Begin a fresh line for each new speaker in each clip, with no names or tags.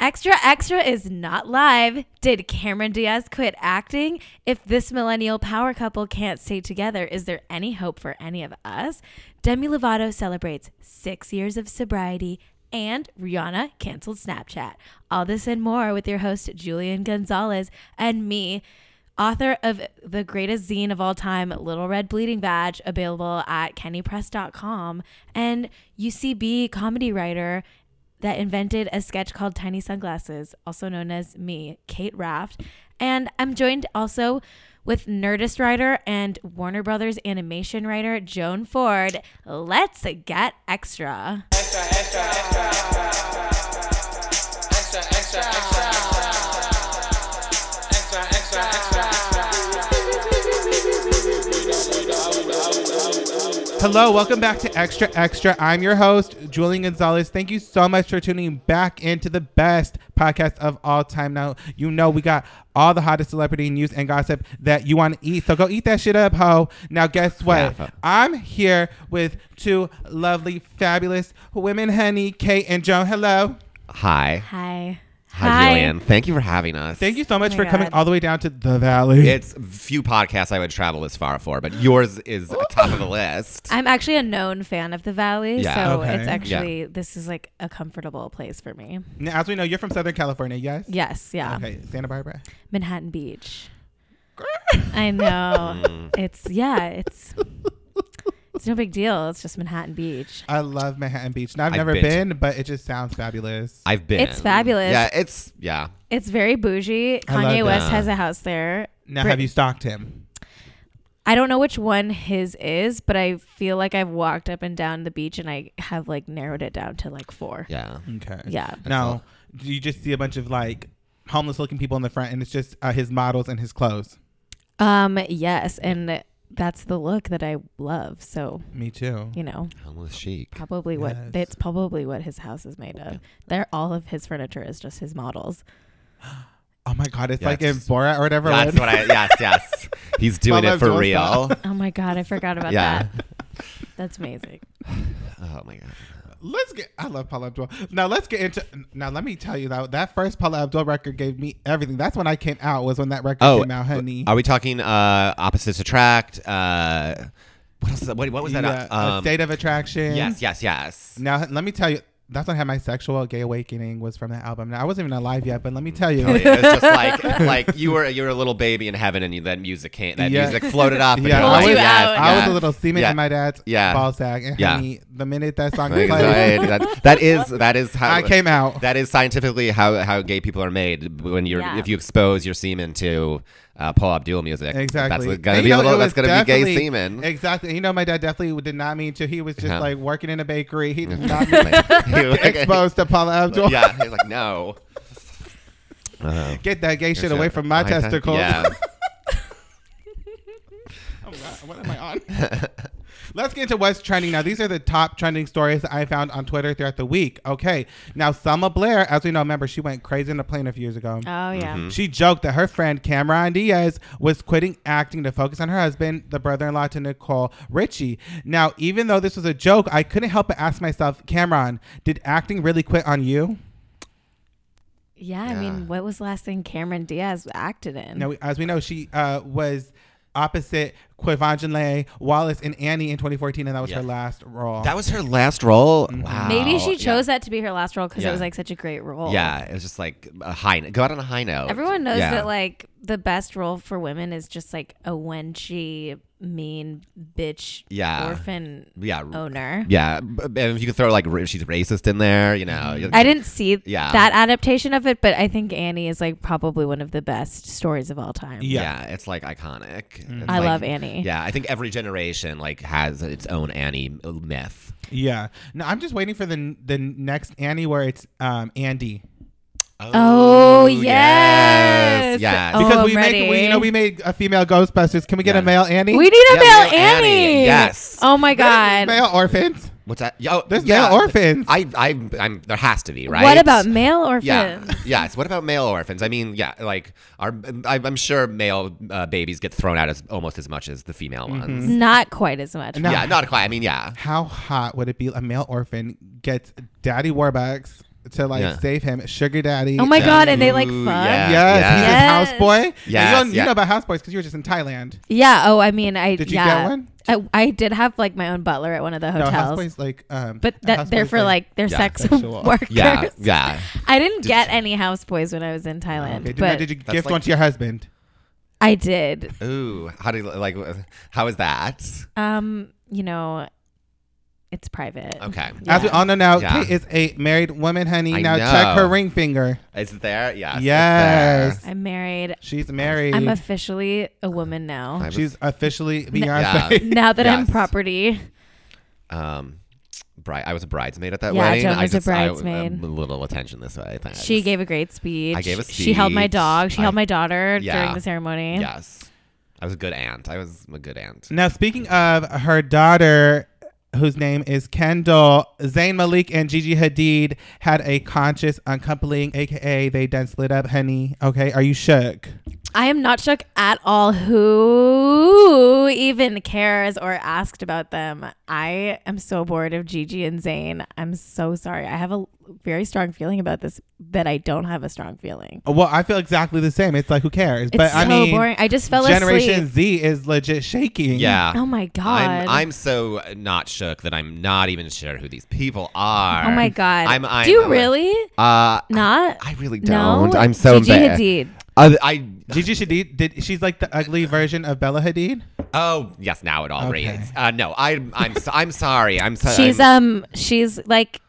Extra Extra is not live. Did Cameron Diaz quit acting? If this millennial power couple can't stay together, is there any hope for any of us? Demi Lovato celebrates six years of sobriety, and Rihanna canceled Snapchat. All this and more with your host, Julian Gonzalez, and me. Author of the greatest zine of all time, Little Red Bleeding Badge, available at kennypress.com, and UCB comedy writer that invented a sketch called Tiny Sunglasses, also known as me, Kate Raft. And I'm joined also with Nerdist writer and Warner Brothers animation writer Joan Ford. Let's get extra.
Extra, extra, extra, extra, extra, extra, extra, extra, extra, extra,
Hello, welcome back to Extra Extra. I'm your host, Julian Gonzalez. Thank you so much for tuning back into the best podcast of all time. Now, you know we got all the hottest celebrity news and gossip that you want to eat. So go eat that shit up, ho. Now, guess what? I'm here with two lovely, fabulous women, honey, Kate and Joan. Hello.
Hi.
Hi.
Hi, Julian. Thank you for having us.
Thank you so much
Oh my
for coming
God.
all the way down to the valley.
It's few podcasts I would travel this far for, but yours is top of the list.
I'm actually a known fan of the Valley,
Yeah.
so
Okay.
it's actually this is like a comfortable place for me.
now, as we know, you're from Southern California, yes?
Yes, yeah.
Okay, Santa Barbara.
Manhattan Beach. I know.
Mm.
it's yeah, it's it's no big deal. It's just Manhattan Beach.
I love Manhattan Beach. Now, I've,
I've
never
been to-
been, but it just sounds fabulous.
I've been.
It's fabulous.
Yeah, it's yeah.
It's very bougie.
I love
Kanye West
that.
has a house there.
now,
Brit-
have you stalked him?
I don't know which one his is, but I feel like I've walked up and down the beach and I have like narrowed it down to like four.
Yeah.
Okay.
Yeah.
Now, do you just see a bunch of like homeless looking people in the front and it's just uh, his models and his clothes?
Um. Yes, and that's the look that I love. So
Me too.
you know,
Homeless chic.
probably what
Yes.
it's probably what his house is made of. They're all of his furniture is just his models.
Oh my God. It's like in
Yes.
Borat or whatever.
That's
when-
what I yes, yes. He's doing
Mama
it for
Zosa.
real.
Oh my god, I forgot about
Yeah.
that. That's amazing.
Oh my god.
let's get, I love Paula Abdul. Now, let's get into, now let me tell you that that first Paula Abdul record gave me everything. That's when I came out, was when that record
Oh,
came out, honey.
Are we talking uh opposites attract? Uh what else is that? What, what was that?
Yeah,
uh,
a state of attraction.
yes, yes, yes.
Now, let me tell you, that's when I had my sexual gay awakening was from that album. Now, I wasn't even alive yet, but let me tell you.
Oh, It was just like like you were you were a little baby in heaven and you, that music came that
Yeah.
music floated up. and
Yeah,
you were
I
like,
was-
yes,
I was
yes.
a little semen
Yeah.
in my dad's
Yeah.
ball sack, and
Yeah.
honey, the minute that song
Right,
played,
right. That- that is that is how
I came out.
That is scientifically how, how gay people are made when you're
Yeah.
if you expose your semen to uh, Paul Abdul music.
Exactly.
That's gonna
And
be
you
a
know, it
little, that's
was
gonna be gay
definitely-
semen.
Exactly. You know, my dad definitely did not mean to. He was just
Yeah.
like working in a bakery. He did not mean to
Like-
get exposed to Paula Abdul.
yeah, he's like no. Uh,
Get that gay shit away from my testicles.
Yeah.
Oh, God, what am I on? Let's get into what's trending now. These are the top trending stories that I found on Twitter throughout the week. Okay, now Selma Blair, as we know, remember she went crazy in the plane a few years ago.
Oh yeah.
She joked that her friend Cameron Diaz was quitting acting to focus on her husband, the brother in law to Nicole Richie. Now, even though this was a joke, I couldn't help but ask myself, Cameron, did acting really quit on you?
Yeah, I mean,
Yeah.
what was the last thing Cameron Diaz acted in?
Now, we- as we know, she uh, was opposite Quivangele Wallace and Annie in 2014, and that was
Yeah.
her last role.
That was her last role.
Mm-hmm.
Wow.
Maybe she
Yeah.
chose that to be her last role because it
Yeah.
was like such a great role.
Yeah, it was just like a high. Go out on a high note.
Everyone knows
Yeah.
that like the best role for women is just like a wenchy, mean bitch
Yeah.
orphan
Yeah.
owner.
Yeah, b- b- and if you could throw like ra- she's racist in there, you know. you-
Mm-hmm. I didn't see
Yeah.
that adaptation of it, but I think Annie is like probably one of the best stories of all time.
Yeah.
Yeah. it's like iconic. It's
Mm-hmm. I
like-
love Annie.
Yeah, I think every generation like has its own Annie myth.
yeah. No, I'm just waiting for the the next Annie where it's um, Andy.
Oh, yes.
yes, yes.
Oh,
Because we
I'm
make we,
ready.
you know we made a female Ghostbusters. Can we get a
Yeah.
male Annie?
We need a
Yeah,
male
male
Annie.
Annie. Yes.
Oh my
There's
god.
Male orphans.
What's that? Oh,
There's
yeah.
male orphans.
I, I, I'm. There has to be, right?
What about male orphans?
Yeah. yes. What about male orphans? I mean, yeah. Like, our, I, I'm sure male uh, babies get thrown out as almost as much as the female
Mm-hmm.
ones.
Not quite as much.
No.
Yeah. Not quite. I mean, yeah.
How hot would it be? A male orphan gets daddy Warbucks, to like
Yeah.
save him. Sugar daddy.
Oh my
yes,
god, and they like fuck.
Ooh,
Yeah.
yeah.
yes, he's his
Yes.
houseboy.
Yes,
you, don't- you
yeah.
know about houseboys because you were just in Thailand.
Oh, I mean, I
Did you
yeah.
get one?
I, I did have like my own butler at one of the
No,
hotels,
houseboys like um.
but that they're
houseboys,
for like they're
Yeah.
sex
Sexual.
workers.
Yeah, Oh, yeah.
I didn't get any houseboys when I was in Thailand,
Okay, did,
but
now did you
That's
gift
like-
one to your husband?
I did.
Ooh, how do you like? How is that?
Um, you know, it's private.
Okay,
As we all know now,
Yeah.
oh, Kate is a married woman, honey.
I
now check
know.
her ring finger.
is it there? Yes. it's
Yes.
I'm married.
She's married.
I'm officially a woman now.
I was-
She's officially Beyonce.
Yeah.
now that I'm
Yes.
property.
there. Um, bride. I was a bridesmaid at that
Yeah,
wedding.
Joan
I
was a
just, I-
bridesmaid.
a little attention this way. Thanks.
She gave a great speech.
I gave a
She held my
speech.
dog. She
I-
held my daughter
Yeah.
during the ceremony.
Yes. I was a good aunt. I was a good
Mm-hmm.
aunt.
Now, speaking of her daughter, whose name is Kendall, Zayn Malik and Gigi Hadid had a conscious uncoupling, aka they done split up, honey. Okay, are you shook?
I am not shook at all. Who even cares or asked about them? I am so bored of Gigi and Zayn. I'm so sorry. I have a very strong feeling about this that I don't have a strong feeling.
Well, I feel exactly the same. It's like who cares?
It's
but
so
I mean,
boring. I just fell
Generation
asleep.
Z is legit shaking.
Yeah.
Oh my god.
I'm, I'm so not shook that I'm not even sure who these people are.
oh my god.
I'm, I'm,
Do you really
Uh,
not?
I really
No.
don't. I'm so
Gigi
embarrassed.
Hadid.
Uh, I
Gigi Hadid, did she's like the ugly version of Bella Hadid?
oh yes, now it all
Okay.
reads. Uh, no, I I'm so, I'm sorry. I'm sorry.
She's um she's like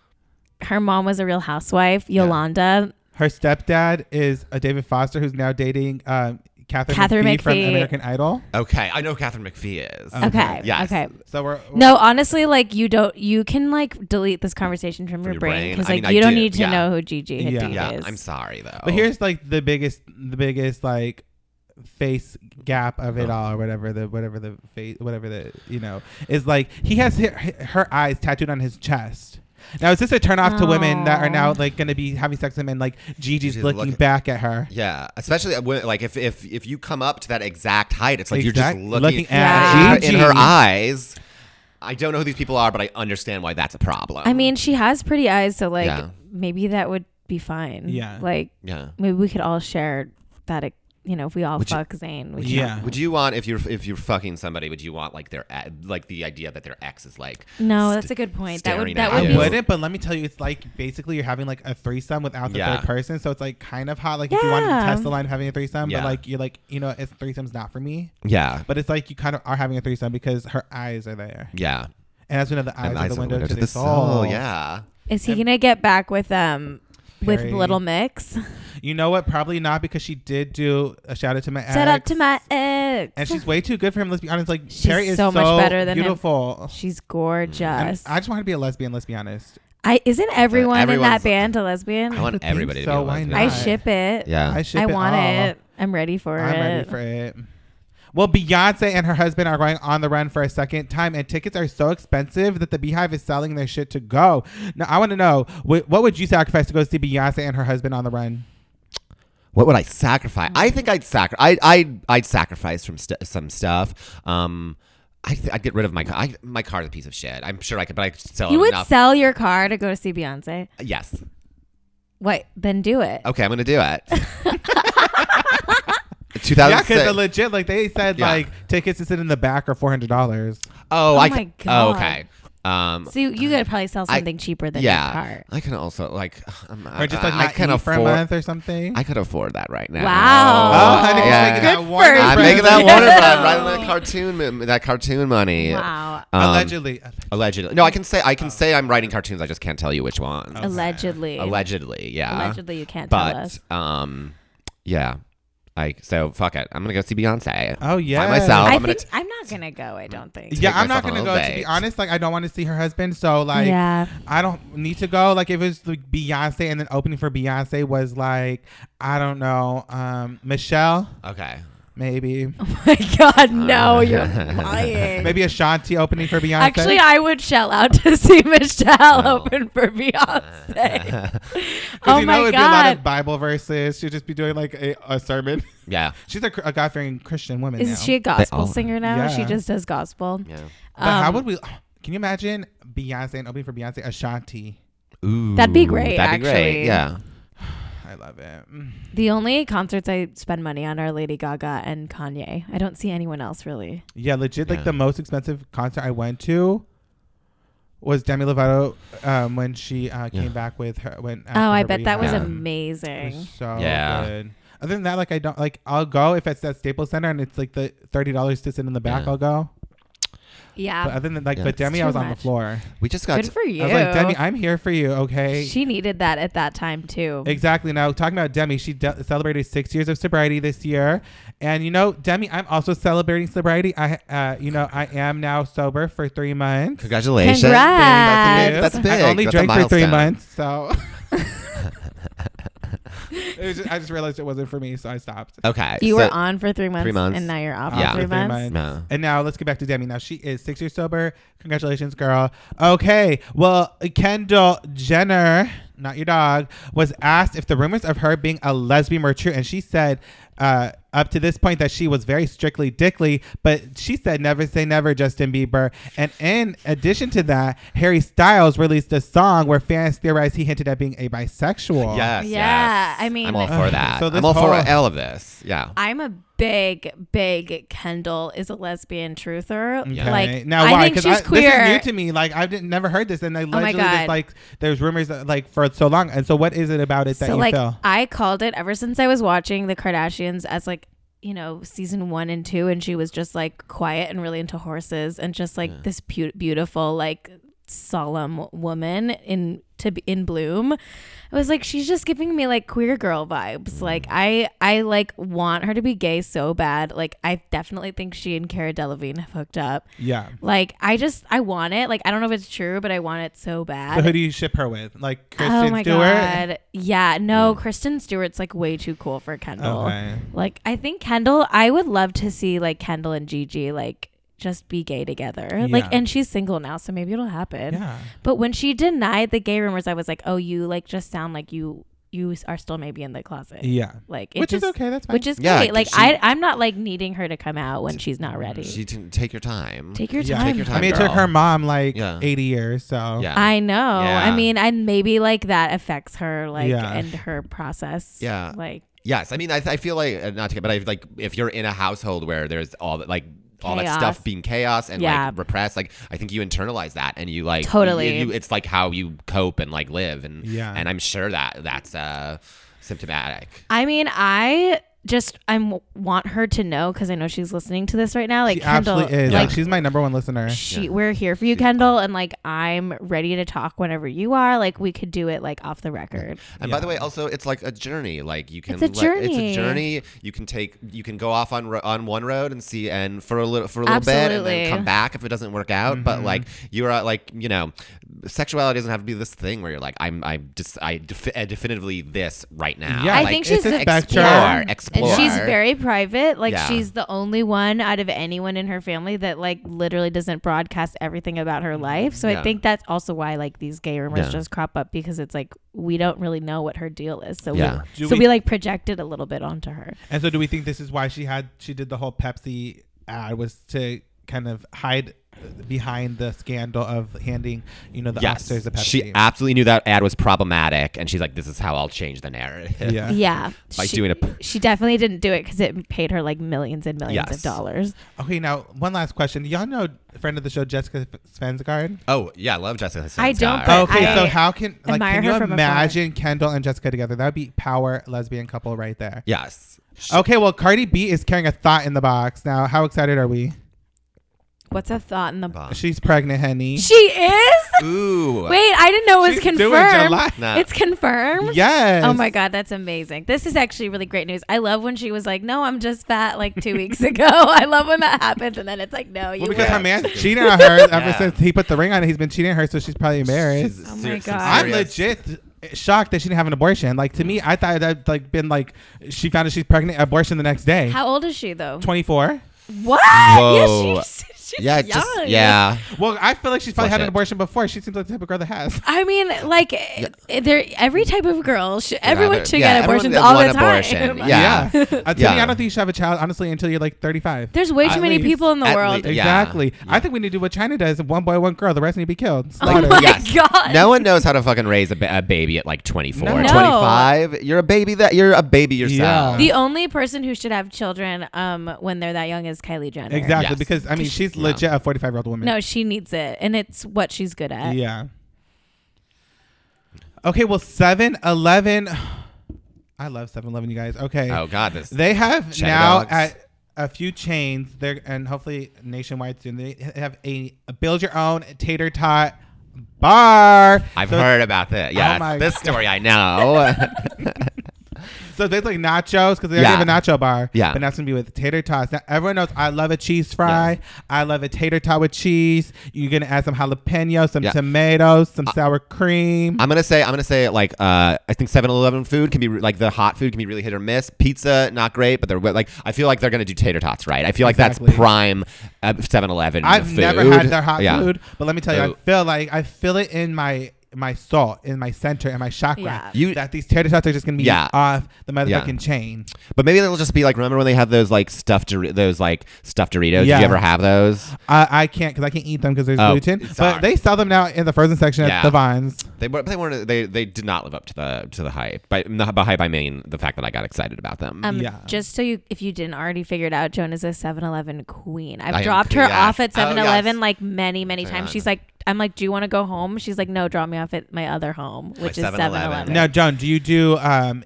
her mom was a real housewife, Yolanda.
Her stepdad is a David Foster, who's now dating um, Catherine,
Catherine
McPhee from
McPhee.
American Idol.
okay. I know who Catherine McPhee is.
Okay.
Mm-hmm. Yes.
Okay.
So we're
No, honestly, like you don't you can like delete this conversation from, your
your
brain
brain.
because
I
like
mean, I
you don't
do,
need to
yeah.
know who Gigi Hadid
Yeah.
Yeah,
is.
I'm sorry though.
But here's like the biggest, the biggest like face gap of it all, or whatever the whatever the face, whatever the you know is like he has her, her eyes tattooed on his chest. Now is this a turn off to women that are now
Oh.
like going to be having sex with men? Like Gigi's
Gigi's
looking
looking-
back at her.
Yeah, especially when, like if if if you come up to that exact height, it's like
Exact-
you're just looking,
looking
at
in, her, in her
Gigi.
eyes. I don't know who these people are, but I understand why that's a problem.
I mean, she has pretty eyes, so like
Yeah.
maybe that would be fine.
Yeah.
Like
yeah.
maybe we could all share that uh, you know, if we all
Would you-
fuck Zayn. We could-
Yeah.
Would you want if you're if you're fucking somebody? Would you want like their e- like the idea that their ex is like?
No,
st-
that's a good point. That would
staring
that
at
would
I
you.
be
wouldn't, but let me tell you, it's like basically you're having like a threesome without the
Yeah.
third person, so it's like kind of hot. Like if you wanted to
Yeah.
test the line of having a threesome,
Yeah.
but like you're like you know, it's threesome's not for me.
Yeah,
But it's like you kind of are having a threesome because her eyes are there,
yeah.
and as we know, the eyes,
And
are
eyes
the
are
window, to, the, soul.
Yeah.
Is he gonna get back with um with
Perry.
Little Mix?
You know what? Probably not because she did do a shout out to my ex.
Shout out to my ex.
And she's way too good for him. Let's be honest. Like
She's
Terry is
so
so
much better than him.
beautiful.
She's
Mm.
And
gorgeous.
I just want to be a lesbian. Let's be honest.
I isn't everyone in that
everyone's-
band a lesbian?
I
I,
want
would think
everybody
so,
to be
why
a lesbian.
not? I
ship it.
Yeah.
I ship
I
it
want
all.
it. I'm ready for
I'm
it.
ready for it. Well, Beyonce and her husband are going on the run for a second time, and tickets are so expensive that the Beehive is selling their shit to go. Now, I want to know wh- what would you sacrifice to go see Beyonce and her husband on the run?
What would I sacrifice?
Mm.
I think I'd sacrifice. I I I'd sacrifice from st- some stuff. Um, I th- I'd get rid of my car. I, my car's a piece of shit. I'm sure I could, but I could sell
You
it
would
Oh, enough.
sell your car to go to see Beyonce.
yes.
What? Then do it.
Okay, I'm gonna do it.
Yeah, because
2006.
the legit, like they said,
Yeah.
like tickets to sit in the back are four hundred dollars.
oh, I
my
can,
God.
Oh, okay. Um,
So you, you could probably sell
I-
something cheaper than
yeah,
your car.
I can also like, um, I-
or just
I,
like
I Um,
not
can
eat for a month
afford.
or something.
I could afford that right now.
Wow.
Oh, honey,
Yeah.
making that
Good
water
for
bread.
I'm
you.
making
Yeah.
that water, but I'm riding that cartoon, that cartoon money.
Wow.
Um,
allegedly.
Allegedly. No, I can say I can say I'm writing cartoons. I just can't tell you which ones.
Oh. Allegedly.
Allegedly, yeah.
Allegedly, you can't
But
tell us.
um, yeah. Like so, fuck it. I'm gonna go see Beyonce.
Oh yeah,
By myself.
I
I'm gonna
think I'm not gonna go. I don't think.
Yeah, I'm not
myself on
gonna
a
go.
little
To be
date.
honest, like I don't want to see her husband, so like
Yeah.
I don't need to go. Like if it's like Beyonce and then opening for Beyonce was like I don't know, um, Michelle
Oh. Okay.
maybe,
My
Uh,
God, no! Oh, You're lying.
maybe Ashanti opening for Beyonce.
Actually, I would shell out to see Michelle
Wow.
open for Beyonce.
'Cause
oh
you know
my
it'd be a lot
god!
of Bible verses. She'd just be doing like a, a sermon.
Yeah.
She's a, cr- a God fearing Christian woman.
Is
now.
she a gospel
all-
singer now? She
Yeah.
just does gospel.
Yeah.
But how
Um,
would we? Can you imagine Beyonce and opening for Beyonce Ashanti?
Ooh,
That'd be great,
That'd be
actually.
great. Yeah.
I love it. Mm.
The only concerts I spend money on are Lady Gaga and Kanye. I don't see anyone else really.
Yeah, legit. Like
Yeah.
the most expensive concert I went to was Demi Lovato um, when she uh, came
Yeah.
back with her. When after
Oh, I
her
bet that was
Yeah.
rehab. It
amazing.
was so
Yeah.
good. Other than that, like I don't like. I'll go if it's at Staples Center and it's like the thirty dollars to sit in the back.
Yeah.
I'll go. But
Yeah.
other than like,
Yeah.
but Demi, I
too
was on the
much.
floor.
We just got
Good for you.
I was like, Demi, I'm here for you. Okay.
she needed that at that time too.
Exactly. Now, talking about Demi, she de- celebrated six years of sobriety this year, and you know, Demi, I'm also celebrating sobriety. I, uh, you know, I am now sober for three months.
congratulations.
Congrats.
That's big. That's big.
I only
That's a
drank for three
milestone.
months, so. It was just- I just realized it wasn't for me, so I stopped.
Okay.
you
so-
were on for three months,
months.
and now you're off
Yeah.
for three
For three
months.
months.
No.
And now let's get back to Demi. Now she is six years sober. Congratulations, girl. Okay. Well, Kendall Jenner, not your dog, was asked if the rumors of her being a lesbian were true. And she said, uh, up to this point, that she was very strictly dickly, but she said, never say never, Justin Bieber. And in addition to that, Harry Styles released a song where fans theorized he hinted at being a bisexual.
Yes.
Yeah,
yes.
I mean-
I'm all
Ugh,
for that.
so this
I'm all for
whole-
all of this. Yeah.
I'm a big, big Kendall is a lesbian truther.
Yeah.
Like
now,
I
why?
think
'Cause
she's queer. Oh
This is new to me. Like I've didn't- never heard this, and I
my
literally just
God.
like there's rumors that, like for so long. And so, what is it about it that E
so
you
like
feel?
I called it ever since I was watching the Kardashians as like you know season one and two, and she was just like quiet and really into horses and just like this pu- beautiful like solemn woman in to be in bloom. I was like, she's just giving me like queer girl vibes. Like I I like want her to be gay so bad. Like I definitely think she and Cara Delevingne have hooked up.
Yeah.
Like I just I want it. Like I don't know if it's true, but I want it so bad.
So who do you ship her with? Like Kristen
oh my
Stewart. Hmm.
god. Yeah, no, Kristen Stewart's like way too cool for Kendall.
Okay.
Like I think Kendall, I would love to see like Kendall and Gigi like just be gay together. Like
Yeah.
and she's single now, so maybe it'll happen.
Yeah.
But when she denied the gay rumors, I was like, "Oh, you like just sound like you you are still maybe in the closet."
Yeah.
Like it
Which
just,
is okay. That's fine.
Which is
Yeah,
great. Like
she-
I I'm not like needing her to come out when she's not ready.
She didn't take your time.
Take your
yeah.
time.
Take your
I
time,
mean, it took
girl.
her mom like
Yeah.
80 years. So
yeah.
I know. I
Yeah.
mean, and maybe like that affects her, like,
Yeah.
and her process.
Yeah.
Like,
Yes, I mean, I, I feel like uh, not to get, but I like if you're in a household where there's all that like all that
Chaos.
stuff being chaos and
Yeah.
like repressed, like I think you internalize that and you like
Totally.
you- you- it's like how you cope and like live and
Yeah.
and I'm sure that that's uh symptomatic.
I mean, I just I am want her to know because I know she's listening to this right now. Like,
she
Kendall,
absolutely is.
like,
Like she's my number one listener.
she, we're here for you, Kendall, and like, I'm ready to talk whenever you are. Like, we could do it like off the record.
And by the way, also it's like a journey. Like you can
It's a
let- it's
journey.
a journey. You can take you can go off on ro- on one road and see and for a little for a little bit and
Absolutely. Mm-hmm.
then come back if it doesn't work out. But like you're uh, like you know, sexuality doesn't have to be this thing where you're like I'm I'm just I defi- uh, definitively this right now.
Yeah,
I
Like,
think
it's
she's
a
the-
spectrum.
yeah.
Explore,
And she's
explore.
very private. Like
Yeah.
she's the only one out of anyone in her family that like literally doesn't broadcast everything about her life. So I
Yeah.
think that's also why like these gay rumors
Yeah.
just crop up because it's like we don't really know what her deal is. So
Yeah.
we,
Do
so we,
we-
like projected a little bit onto her.
And so, do we think this is why she had she did the whole Pepsi ad was to kind of hide uh, behind the scandal of handing you know the
Yes,
officers the Pepsi?
she absolutely knew that ad was problematic, and she's like, "This is how I'll change the narrative."
yeah.
Yeah.
By
she,
doing a-
she definitely didn't do it because it paid her like millions and millions of
Yes.
dollars.
Okay, now one last question. Do y'all know a friend of the show, Jessica Svensgaard?
Oh yeah, I love Jessica.
I don't,
Simpson.
but
okay,
I
so how can like
admire
can you
her from afar.
imagine Kendall and Jessica together? That would be power lesbian couple right there.
yes.
Okay, well Cardi B is carrying a thought in the box now. How excited are we?
What's a thought in the
Bah.
She's pregnant, honey.
She is?
Ooh.
Wait, I didn't know it was
She's doing
confirmed.
July-
No.
It's confirmed.
Yes.
Oh my god, that's amazing. This is actually really great news. I love when she was like, "No, I'm just fat," like two weeks ago. I love when that happens, and then it's like, "No, you."
Well, because
Yeah.
her man's cheating on her ever
Yeah.
since he put the ring on. it. He's been cheating on her, so she's probably embarrassed.
She's
Oh my
serious-
God.
I'm
serious.
legit shocked that she didn't have an abortion. Like to me, I thought that like been like she found out she's pregnant, abortion the next day.
How old is she though?
24.
What?
Whoa.
Yes, she's, She's
Yeah, it
young.
just yeah.
Well, I feel like she's probably
Flush
had an
it.
abortion before. She seems like the type of girl that has.
I mean, like eh, there, every type of girl, sh- everyone
but-
should
yeah,
get
everyone
abortions
had
all
one
the time.
abortion. Yeah.
Uh, to me,
Yeah.
I don't think you should have a child honestly until you're like 35.
There's way too
At
many
least.
people in the
At
world.
least. Yeah.
Exactly. I think we need to do what China does: one boy, one girl. The rest need to be killed.
Oh
Slaughtered.
my God.
No one knows how to fucking raise a, ba- a baby at like 24,
No. No.
25. You're a baby that you're a baby yourself.
Yeah.
The only person who should have children um, when they're that young is Kylie Jenner.
Exactly,
Yes.
because I mean, she's
yeah.
legit a 45 year old woman.
No, she needs it, and it's what she's good at.
Yeah. Okay, well, 7 Eleven. I love 7 Eleven, you guys. Okay.
Oh god, this
They have
China
now
dogs.
at a few chains, they're, and hopefully nationwide soon, they have a build your own tater tot bar.
I've
So-
heard about this. Yeah,
Oh my
this story I know.
So there's like nachos because they already
Yeah.
have a nacho bar.
Yeah.
But now it's gonna be with tater tots. Now everyone knows I love a cheese fry. I love a tater tot with cheese. You're gonna add some jalapenos, some
Yeah. Uh,
tomatoes, some sour cream.
I'm gonna say I'm gonna say like uh, I think 7-Eleven food can be re- like the hot food can be really hit or miss. Pizza not great, but they're like I feel like they're gonna do tater tots right. I feel like
Exactly.
that's prime uh, 7-Eleven.
I've
food.
never had their hot
Yeah.
food, but let me tell you,
Ooh.
I feel like I feel it in my my soul, in my center, in my chakra.
Yeah.
You-
that these tater tots are just gonna be
Yeah.
off the motherfucking chain.
But maybe that'll just be like remember when they had those like stuffed Dor- those like stuffed Doritos?
Yeah.
Did you ever have those?
I, I can't because I can't eat them because there's
Oh,
gluten. But
sorry.
they sell them now in the frozen section at
Yeah.
the Vines.
They were they weren't they they did not live up to the to the hype. By, not by hype I mean the fact that I got excited about them.
Um,
Yeah.
Just so you, if you didn't already figure it out, Joan is a 7 Eleven queen. I've
I am
dropped her
queen, yes.
off at
Oh, yes.
7 Eleven like many, many
Hang
times.
on.
She's like, I'm like, do you want to go home? She's like, no, drop me off at my other home, which is 7
7-Eleven.
Eleven.
Now, Joan, do you do um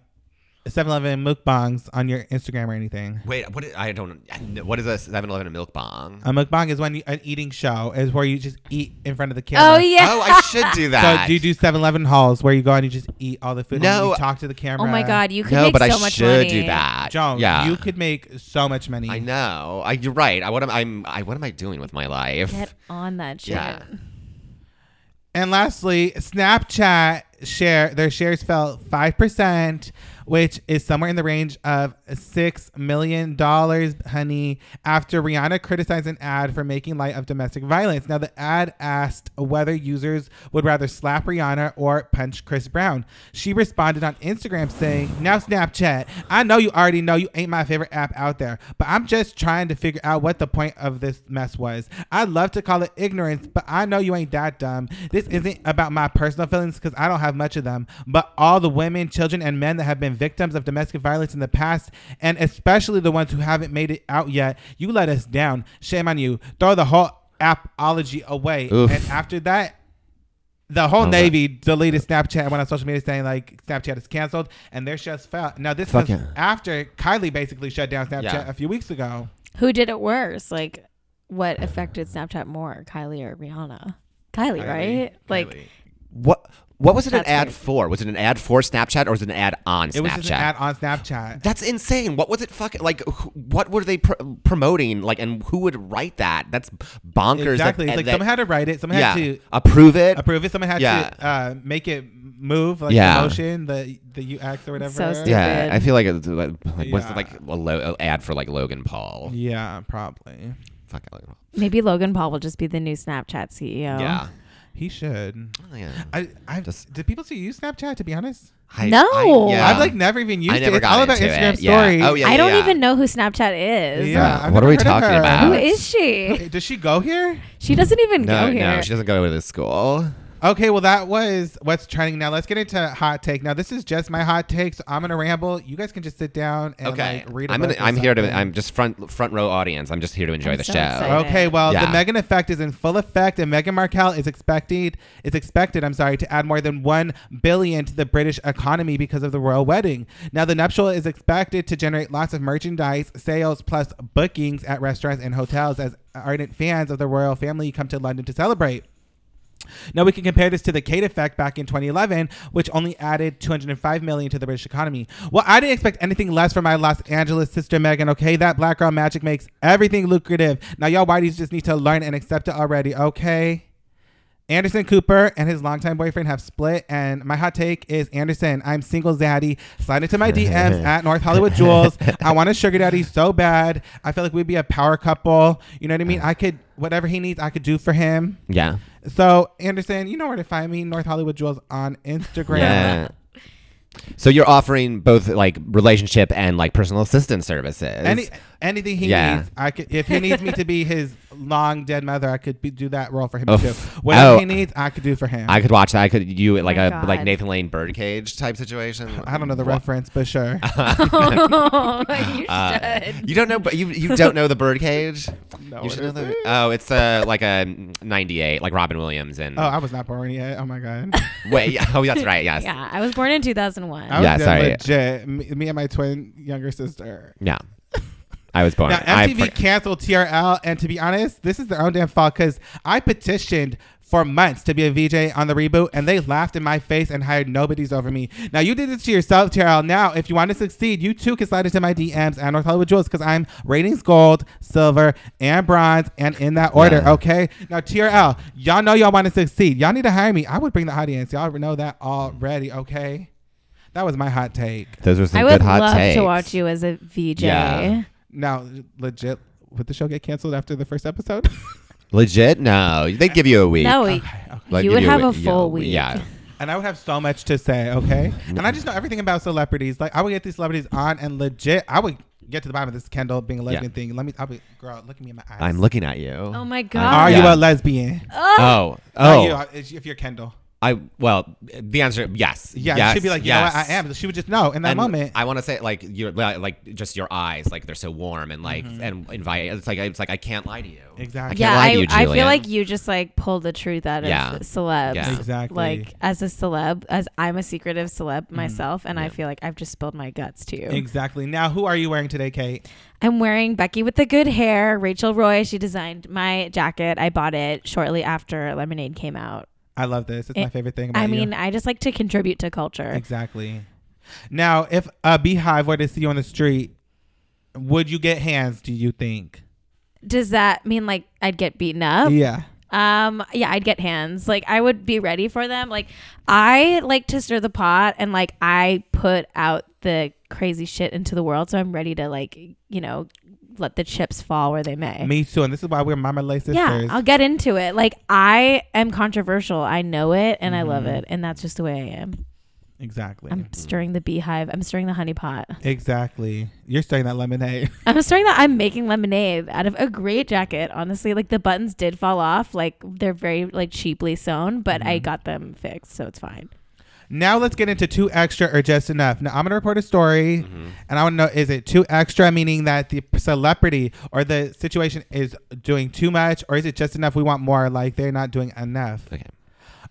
7-Eleven mukbangs on your Instagram or anything?
Wait, what? Is, I don't. What is a 7-Eleven and milk bong?
A mukbang is when you, an eating show is where you just eat in front of the
Oh,
camera.
yeah.
Oh, I should do that.
So do you do 7-Eleven hauls where you go and you just eat all the food and
No.
you talk to the camera?
Oh my God, you could
no,
make
but
so
I
much
should
money.
do that.
Joan,
yeah,
you could make so much money.
I know. I, you're right. I, what am I'm? I, what am I doing with my life?
Get on that shit.
Yeah.
And lastly, Snapchat share their shares fell five percent, which is somewhere in the range of six million dollars, honey. After Rihanna criticized an ad for making light of domestic violence. Now the ad asked whether users would rather slap Rihanna or punch Chris Brown. She responded on Instagram saying, "Now Snapchat, I know you already know you ain't my favorite app out there, but I'm just trying to figure out what the point of this mess was. I'd love to call it ignorance, but I know you ain't that dumb. This isn't about my personal feelings because I don't have much of them, but all the women, children, and men that have been victims of domestic violence in the past, and especially the ones who haven't made it out yet. You let us down. Shame on you. Throw the whole apology away.
Oof.
And after that, the whole
Oh,
Navy deleted Snapchat and went on social media saying like Snapchat is canceled and their shows fell. Now this
Fuck
was
yeah.
after Kylie basically shut down Snapchat
Yeah.
a few weeks ago.
Who did it worse? Like, what affected Snapchat more, Kylie or Rihanna? Kylie, right? Like,
What? What was it
That's
an ad
great.
for? Was it an ad for Snapchat or was it an ad on Snapchat?
It was just an ad on Snapchat.
That's insane. What was it fucking like? wh- What were they pr- promoting? Like, and who would write that? That's bonkers. that-
exactly. It's
and
like
that-
someone had to write it. Someone
yeah,
had to
approve it.
approve it. Someone had
Yeah.
to uh, make it move like
Yeah.
the motion, the the UX or whatever.
So stupid.
yeah, I feel like it like, like, was
Yeah.
it like a lo- ad for like Logan Paul?
Yeah, probably.
Fuck Logan Paul.
maybe Logan Paul will just be the new Snapchat E CEO.
Yeah.
He should.
Oh, yeah.
I I
Just-
did people still use Snapchat to be honest?
I-
No.
I, yeah.
I've like never even used
I never
it. It's
got
all about
into
Instagram
it. Yeah.
stories.
Oh, yeah.
I don't
yeah.
even know who Snapchat is.
Yeah, I've
what
never
are we
heard of
talking
her.
about?
Who is she?
Does she go here?
She doesn't even
No,
go here.
no, she doesn't go to this school.
Okay, well that was what's trending now. Let's get into hot take. Now this is just my hot take, so I'm gonna ramble. You guys can just sit down and
Okay,
like read. a
I'm gonna,
book or
I'm here to.
something. Oh.
I'm just front front row audience. I'm just here to enjoy
I'm
the
so
show.
excited.
Okay, well the
Yeah.
Megan effect is in full effect, and Megan Markle is expected is expected. I'm sorry to add more than one billion to the British economy because of the royal wedding. Now the nuptial is expected to generate lots of merchandise sales plus bookings at restaurants and hotels as ardent fans of the royal family come to London to celebrate. Now we can compare this to the Kate effect back in 2011, which only added 205 million to the British economy. Well, I didn't expect anything less from my Los Angeles sister Megan. Okay, that black girl magic makes everything lucrative. Now y'all whiteys just need to learn and accept it already. Okay. Anderson Cooper and his longtime boyfriend have split, and my hot take is Anderson. I'm single, zaddy. Slide into my DMs at North Hollywood Jewels. I want a sugar daddy so bad. I feel like we'd be a power couple. You know what I mean? I could whatever he needs, I could do for him.
Yeah.
So Anderson, you know where to find me, North Hollywood Jewels on Instagram.
Yeah. So you're offering both like relationship and like personal assistance services.
Any anything he
Yeah.
needs, I could. If he needs me to be his long dead mother, I could be, do that role for him
Oof.
too. Whatever
Oh.
he needs, I could do for him.
I could watch that. I could you like
Oh my
a
God.
like Nathan Lane birdcage type situation.
I don't know the reference, but sure.
oh, you
Uh,
should.
you don't know, but you you don't know the birdcage.
No,
you
what
should know
is
the,
it?
oh, it's uh, like a '98, like Robin Williams and
Oh, I was not born yet. Oh my god.
wait, yeah, oh that's right, yes, yeah,
Yeah, I was born in 2001.
I was
Yeah,
dead
sorry.
legit. Me, me and my twin younger sister.
I was born.
Now
I
MTV
for-
canceled TRL, and to be honest, this is their own damn fault because I petitioned for months to be a VJ on the reboot, and they laughed in my face and hired nobodies over me. Now you did this to yourself, TRL. Now, if you want to succeed, you too can slide into my DMs at North Hollywood Jewels because I'm ratings gold, silver, and bronze, and in that order.
Yeah.
Okay. Now TRL, y'all know y'all want to succeed. Y'all need to hire me. I would bring the audience. Y'all know that already. Okay. That was my hot take.
those were some
I
good
would
hot
love
takes.
to watch you as a VJ.
Yeah.
Now, legit, would the show get canceled after the first episode?
Legit? No, they'd give you a week.
No,
They'd
you
give
would have a
yeah,
full week.
Yeah,
and I would have so much to say, okay? And I just know everything about celebrities. Like, I would get these celebrities on, and legit, I would get to the bottom of this Kendall being a lesbian
Yeah.
thing. Let me, I'll be, girl, look at me in my eyes.
I'm looking at you.
Oh my God.
Are
Yeah.
you a lesbian?
Oh,
Are
oh,
you, uh, is- if you're Kendall.
I well, the answer yes.
Yeah,
yes,
she'd be like, you know
yes.
what, I am. She would just know in that
and
moment.
I want to say like you like like, just your eyes like they're so warm and like
Mm-hmm.
and invite it's like it's like I can't lie to you.
exactly.
can't
yeah,
lie
I,
to you,
I feel
Julian.
like you just like pulled the truth out of
Yeah.
celebs.
Yeah.
Exactly.
Like as a celeb, as I'm a secretive celeb
Mm-hmm.
myself, and I feel like I've just spilled my guts to you.
Exactly. Now, who are you wearing today, Kate?
I'm wearing Becky with the good hair, Rachel Roy. She designed my jacket. I bought it shortly after Lemonade came out.
I love this. It's my
It-
favorite thing about
I
you.
mean, I just like to contribute to culture.
Exactly. Now, if a beehive were to see you on the street, would you get hands? Do you think?
Does that mean like I'd get beaten up?
Yeah.
Um, yeah, I'd get hands. Like I would be ready for them. Like I like to stir the pot and like I put out the crazy shit into the world, so I'm ready to like, you know, let the chips fall where they may.
Me too. And this is why we're mama lay sisters.
Eh. yeah, I'll get into it. Like I am controversial. I know it and I love
Mm-hmm.
it, and that's just the way I am.
exactly.
I'm stirring the beehive. I'm stirring the honey pot.
exactly. You're stirring that lemonade.
I'm stirring that. I'm making lemonade out of a great jacket. Honestly, like the buttons did fall off. Like they're very like cheaply sewn, but I
Mm-hmm.
got them fixed, so it's fine.
now let's get into two extra or just enough. Now I'm gonna report a story, and I want to know: is it too extra, meaning that the celebrity or the situation is doing too much, or is it just enough? We want more. Like they're not doing enough.
Okay.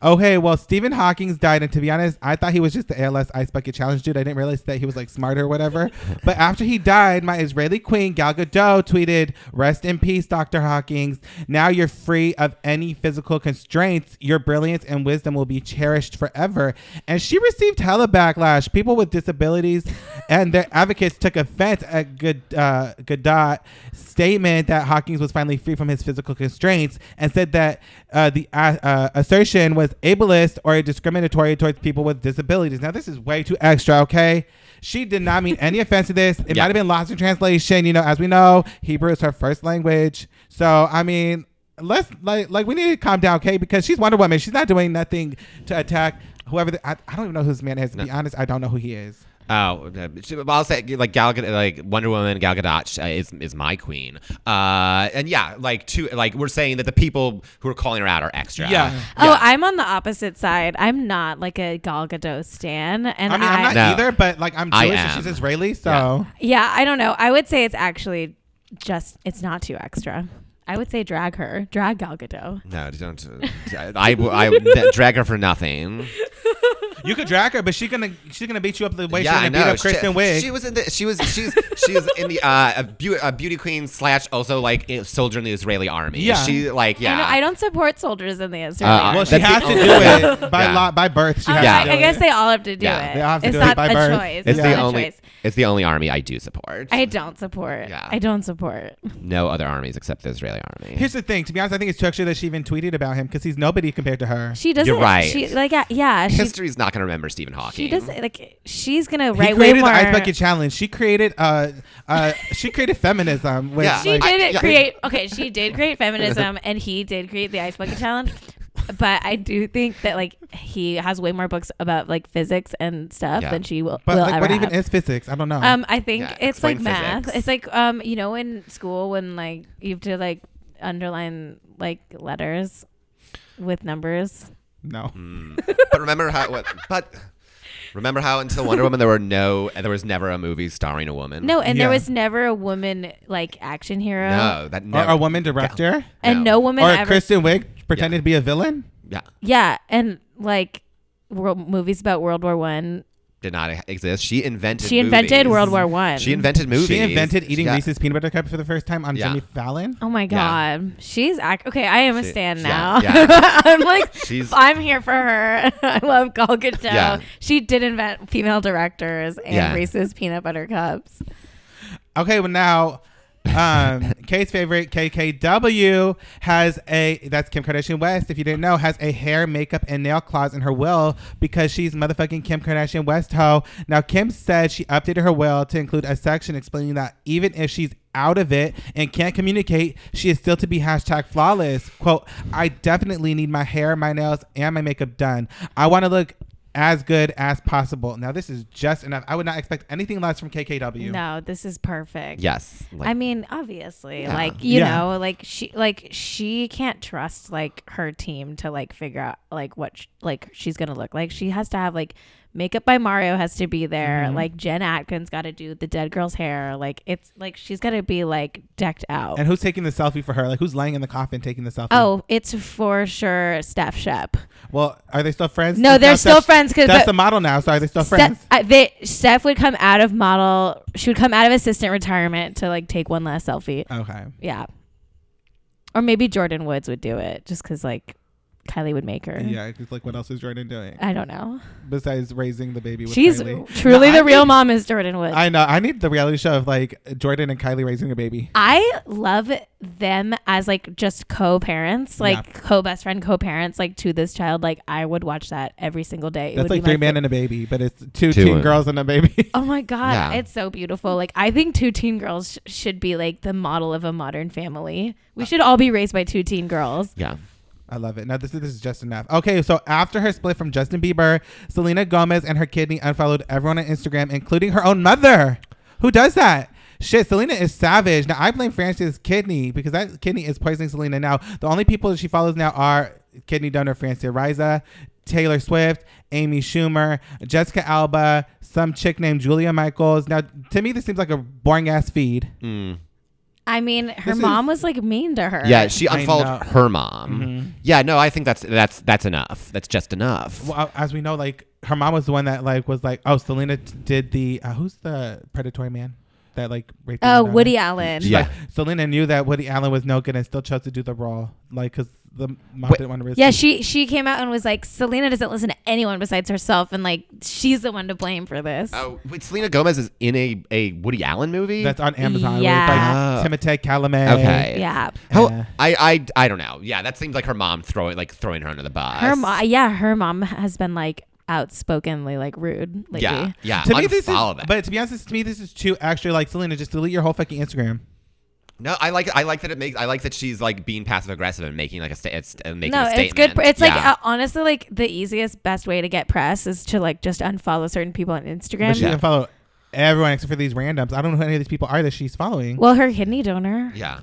Okay, Oh, well, Stephen Hawking's died, and to be honest, I thought he was just the ALS Ice Bucket Challenge dude. I didn't realize that he was like smart or whatever. but after he died, my Israeli queen Gal Gadot tweeted, "Rest in peace, Dr. Hawking's. Now you're free of any physical constraints. Your brilliance and wisdom will be cherished forever." And she received hella backlash. People with disabilities and their advocates took offense at Gad- uh, Gadot statement that Hawkins was finally free from his physical constraints and said that uh, the uh, uh, assertion was ableist or discriminatory towards people with disabilities. Now, this is way too extra, okay? She did not mean any offense to this. It
Yeah.
might have been lost in translation. You know, as we know, Hebrew is her first language. So, I mean, let's like like we need to calm down, okay? Because she's Wonder Woman. She's not doing nothing to attack whoever. The, I, I don't even know who this man is. To be honest, I don't know who he is.
Oh, uh, she- well, I'll say like Gal, Gadot- like Wonder Woman, Gal Gadot sh- uh, is is my queen. Uh, and yeah, like two, like we're saying that the people who are calling her out are extra.
Yeah.
Oh, I'm on the opposite side. I'm not like a Gal Gadot stan, and
I
I,
mean, I, am not e-
No.
either, but like I'm
I
Jewish and
am.
she's Israeli, so.
Yeah.
yeah, I don't know. I would say it's actually just it's not too extra. I would say drag her, drag Gal Gadot.
No, don't. uh, I, I, I drag her for nothing.
You could drag her, but she's gonna she's gonna beat you up the way
yeah,
she's
I
gonna beat
know.
up Kristen
she,
Wiig.
she was in the. She was. She's. she was in the. Uh, a, beauty, a beauty queen slash also like a soldier in the Israeli army.
Yeah.
She like yeah.
I, know, I don't support soldiers in the Israeli.
Uh,
army.
well, she
That's
has
the
to
only-
do it by
Yeah.
law, by birth. She
I,
has
was
Yeah.
like,
to do
I guess
it.
they all have to do
Yeah.
it.
They all have to
it's
do it
not
by
a
birth.
choice.
It's
It's
the
not
only.
a choice.
It's the only army I do support.
I don't support.
Yeah.
I don't support.
no other armies except the Israeli army.
Here's the thing. To be honest, I think it's too extra that she even tweeted about him because he's nobody compared to her.
She doesn't.
right.
She like yeah. yeah she,
History's not going to remember Stephen Hawking.
she doesn't like. She's gonna
He
write way
created
more.
the ice bucket challenge. She created uh uh she created feminism. Which,
Yeah.
she
like,
I-
did
yeah.
create. Okay, she did create feminism, and he did create the ice bucket challenge. But I do think that like he has way more books about like physics and stuff
Yeah.
than she will.
but
will
like,
ever
what even
have.
is physics? I don't know.
Um, I think
Yeah,
it's like
explain
math.
physics.
It's like um, you know, in school when like you have to like underline like letters with numbers.
no.
Mm, but remember how? What, but remember how until Wonder Woman there were no, there was never a movie starring a woman.
No, and there
Yeah.
was never a woman like action hero,
no, that
Or
never.
a woman director,
and
No.
no woman
or
ever.
Kristen Wiig pretending to be a villain.
Yeah,
yeah, and like world movies about World War One.
did not exist. She invented.
She invented
movies.
World War One.
She invented movies.
She invented eating
Yeah.
Reese's peanut butter cups for the first time on
Yeah.
Jimmy Fallon.
Oh my
Yeah.
god, she's act- okay. I am a
She-
stan
yeah,
now.
yeah.
I'm like,
She's-
I'm here for her. I love Gal Gadot.
Yeah.
She did invent female directors and
Yeah.
Reese's peanut butter cups.
Okay, well now, um, K's favorite KKW has a that's Kim Kardashian West. If you didn't know, has a hair, makeup, and nail clause in her will because she's motherfucking Kim Kardashian West hoe. Now Kim said she updated her will to include a section explaining that even if she's out of it and can't communicate, she is still to be hashtag flawless. Quote: I definitely need my hair, my nails, and my makeup done. I want to look. As good as possible. Now, this is just enough. I would not expect anything less from KKW.
No, this is perfect.
Yes. Like,
I mean, obviously,
Yeah.
like you
Yeah.
know, like she, like she can't trust like her team to like figure out like what sh- like she's gonna look like. She has to have like makeup by Mario has to be there.
Mm-hmm.
Like Jen Atkins got to do the dead girl's hair. Like it's like she's got to be like decked out.
And who's taking the selfie for her? Like, who's lying in the coffin taking the selfie?
oh, it's for sure Steph Shep.
well, are they still friends?
No, they're still friends 'cause-
that's
but-
the model now. So are they still friends?
Steph, I, they, Steph would come out of model. She would come out of assistant retirement to like take one last selfie.
okay.
Yeah. Or maybe Jordan Woods would do it just because, like, Kylie would make her.
Yeah, it's like what else is Jordan doing
I don't know.
besides raising the baby? With
She's
Kylie?
truly
No,
the
I
real
need-
mom is Jordan Woods. I,
I know. I need the reality show of like Jordan and Kylie raising a baby.
love them as, like, just co parents, like,
Yeah.
co best friend, co parents, like, to this child. Like, I would watch that every single day. It
That's
would be
like three
my
men
fa-
and a baby, but it's two,
Two
teen
women.
girls and a baby.
Oh my God.
Yeah.
It's so beautiful. Like, I think two teen girls sh- should be, like, the model of a modern family. We should all be raised by two teen girls.
yeah.
I love it. Now this is, this is just enough. Okay, so after her split from Justin Bieber, Selena Gomez and her kidney unfollowed everyone on Instagram, including her own mother. Who does that? Shit, Selena is savage. Now I blame Francis Kidney because that kidney is poisoning Selena. Now the only people that she follows now are kidney donor Francis Riza, Taylor Swift, Amy Schumer, Jessica Alba, some chick named Julia Michaels. Now to me this seems like a boring ass feed.
Mm.
I mean, her
This is-
mom was, like, mean to her.
Yeah, she
I
unfollowed
know. Mm-hmm.
her mom. Yeah, no, I think that's that's that's enough. That's just enough.
well, uh, as we know, like her mom was the one that like was like, oh, Selena t- did the uh, who's the predatory man that like raped.
Oh,
Madonna?
Woody Allen.
She's
Yeah.
like, Selena knew that Woody Allen was no good and still chose to do the role, like because the mom
Wait.
didn't want to risk.
Yeah,
it.
she she came out and was like, Selena doesn't listen to anyone besides herself, and like she's the one to blame for this.
Oh, wait, Selena Gomez is in a, a Woody Allen movie.
that's on Amazon.
Yeah.
Yeah, with, like, Timothée Chalamet.
Oh. okay.
Yeah,
How,
Yeah.
I, I I don't know. Yeah, that seems like her mom throwing like throwing her under the bus.
her mom. Yeah, her mom has been like outspokenly like rude lately.
Yeah, yeah.
To
unfollow
me, this is,
that.
but to be honest, to me, this is too extra. Like Selena, just delete your whole fucking Instagram.
no, I like I like that it makes I like that she's like being passive aggressive and making like a sta- it's, uh, making
No,
a statement.
it's good. pr- It's like
Yeah.
uh, honestly, like the easiest, best way to get press is to like just unfollow certain people on
But
Instagram.
she didn't follow everyone except for these randoms. I don't know who any of these people are that she's following.
Well, her kidney donor.
yeah.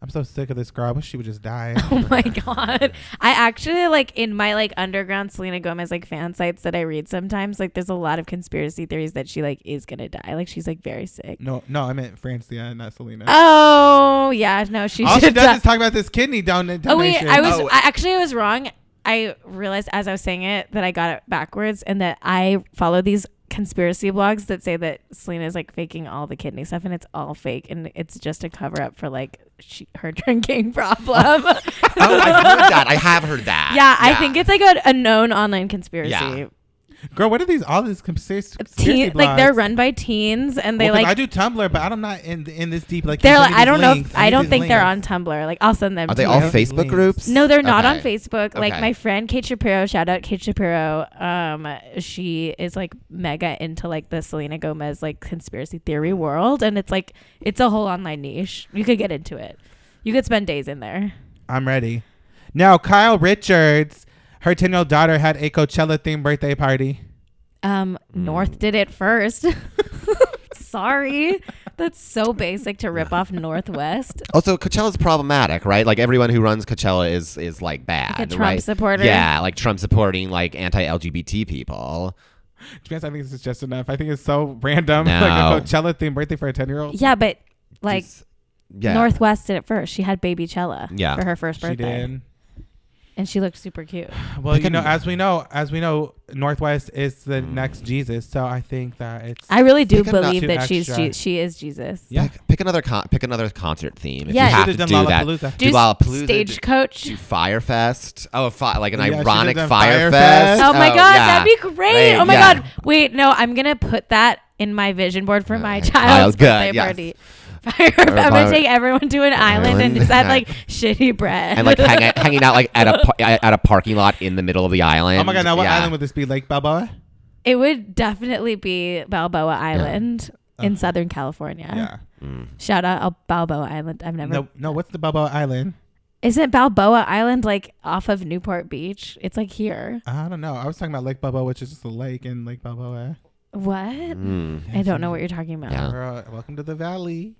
I'm so sick of this girl. I wish she would just die.
Oh my god! I actually like in my like underground Selena Gomez like fan sites that I read sometimes. Like, there's a lot of conspiracy theories that she like is gonna die. Like, she's like very sick.
no, no, I meant Francia, not Selena.
Oh yeah, no, she
All she
should.
does
die.
is talk about this kidney don- donation.
oh wait, I was
Oh.
I, actually I was wrong. I realized as I was saying it that I got it backwards and that I follow these conspiracy blogs that say that Selena is like faking all the kidney stuff and it's all fake and it's just a cover up for like she, her drinking problem.
Oh, I've heard that. I have heard that.
yeah, I think it's like a, a known online conspiracy.
Yeah.
Oh, Girl, what are these? All these conspiracy, conspiracy
Teen, like they're
blogs?
run by teens and they
Well, 'cause
like
I do Tumblr, but I'm not in in this deep. Like
they're
you
like
send me
I
these
don't know
links,
if,
you
I
need
don't
these
think they're
links.
on Tumblr. Like I'll send them
Are
to
they
you.
all
Yeah.
Facebook
Links.
groups?
No, they're not on
Okay.
Facebook. Like
Okay.
my friend Kate Shapiro, shout out Kate Shapiro. Um, she is like mega into like the Selena Gomez like conspiracy theory world, and it's like it's a whole online niche. You could get into it. You could spend days in there.
I'm ready. Now, Kyle Richards, her 10 year old daughter had a Coachella themed birthday party.
Um,
Hmm.
North did it first. Sorry, that's so basic to rip off Northwest.
Also, Coachella's problematic, right? Like everyone who runs Coachella is is like bad,
Like a Trump
right?
supporter.
Yeah, like Trump supporting like anti-LGBT people.
You guys, I think this is just enough. I think it's so random.
No.
Like a Coachella themed birthday for a 10 year old.
Yeah, but like
Just- yeah,
Northwest did it first. She had baby Chella
Yeah.
for her first
She
birthday,
did.
and she looked super cute.
Well,
Like
you
a-
know, as we know, as we know, Northwest is the next Jesus. So I think that it's.
I really do
Pick up
believe
not too
that she's
extra.
Je- she is Jesus.
yeah.
Pick, pick another con- pick another concert theme. If
Yeah.
you have to
Should've
do
done
that,
Lollapalooza.
do
Do
Lollapalooza. do-
stagecoach.
do Firefest. Oh, fi- like an
Yeah, should've
ironic
done
Firefest.
Firefest.
oh my god,
yeah.
that'd be great.
Right,
Oh my
yeah.
god. Wait, no, I'm gonna put that in my vision board for my
Alright,
child's
child, good,
birthday
Uh, yes.
party. Fire, I'm
fire-
gonna take everyone to an island and just have
Island.
like shitty bread.
And like hang, out- hanging out like at a par- at a parking lot in the middle of the island.
Oh my God, now what
Yeah.
island would this be? Lake Balboa?
it would definitely be Balboa Island in Southern California.
Mm.
Shout out Al- Balboa Island. I've never.
No, no, what's the Balboa Island?
Isn't Balboa Island like off of Newport Beach? It's like here.
I don't know. I was talking about Lake Balboa, which is just a lake in Lake Balboa.
What?
Mm.
I don't know what you're talking about.
Yeah.
Girl, welcome to the valley.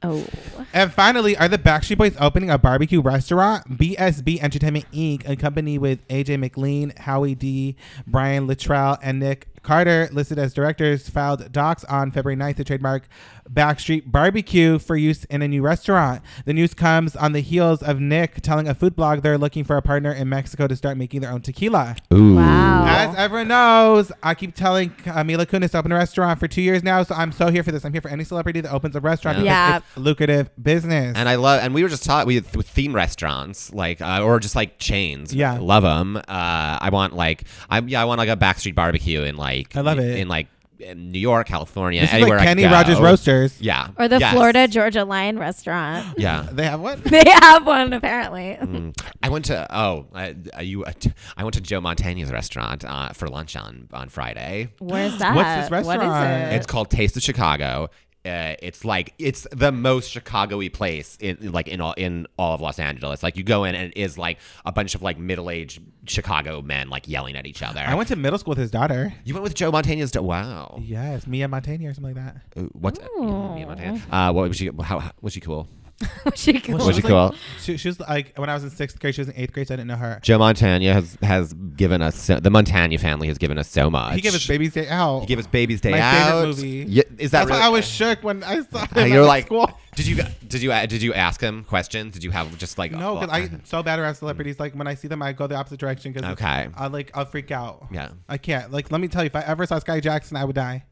Oh.
And finally, are the Backstreet Boys opening a barbecue restaurant? BSB Entertainment Inc., a company with AJ McLean, Howie D, Brian Littrell, and Nick Carter, listed as directors, filed docs on February 9th to trademark Backstreet Barbecue for use in a new restaurant. The news comes on the heels of Nick telling a food blog they're looking for a partner in Mexico to start making their own tequila.
Ooh.
Wow.
As everyone knows, I keep telling Mila Kunis to open a restaurant for two years now, so I'm so here for this. I'm here for any celebrity that opens a restaurant
Yeah.
because it's lucrative business.
And I love, and we were just taught we with theme restaurants, like uh, or just like chains.
Yeah.
love them. Uh, I want like I yeah I want like a backstreet barbecue in like
I love it.
in like in New York, California,
This is
anywhere.
like Kenny
I go.
Rogers Roasters.
Yeah.
Or the
Yes.
Florida Georgia Lion restaurant.
Yeah.
They have what?
They have one apparently.
Mm. I went to oh I, I- you uh, t- I went to Joe Montana's restaurant uh, for lunch on on Friday.
Where's that?
What's this
What is
restaurant?
it?
It's called Taste of Chicago. Uh, it's like it's the most Chicago-y place in like in all in all of Los Angeles. Like you go in and it is like a bunch of like middle-aged Chicago men like yelling at each other.
I went to middle school with his daughter.
you went with Joe Montana's. Da- wow.
Yes, Mia Montaigne or something like that.
Ooh, What's uh,
Ooh.
Oh.
Mia Montana. Uh, what was she? How, how was she cool?
She goes-
Was she cool?
She, she was like when I was in sixth grade. She was in eighth grade, so I didn't know her.
Joe Montana has has given us so, the Montana family has given us so much.
He gave us baby's day out.
He gave us Baby's Day
My favorite
Out.
movie.
Yeah, is that
That's
really?
why I was shook when I saw him.
Uh,
at
you're like,
school.
did you did you did you ask him questions? Did you have just like
No, because
well,
I'm so bad around celebrities. Like when I see them, I go the opposite direction. Because
Okay.
I like I'll freak out.
Yeah. Mm.
I can't. Like, let me tell you, if I ever saw Sky Jackson, I would die.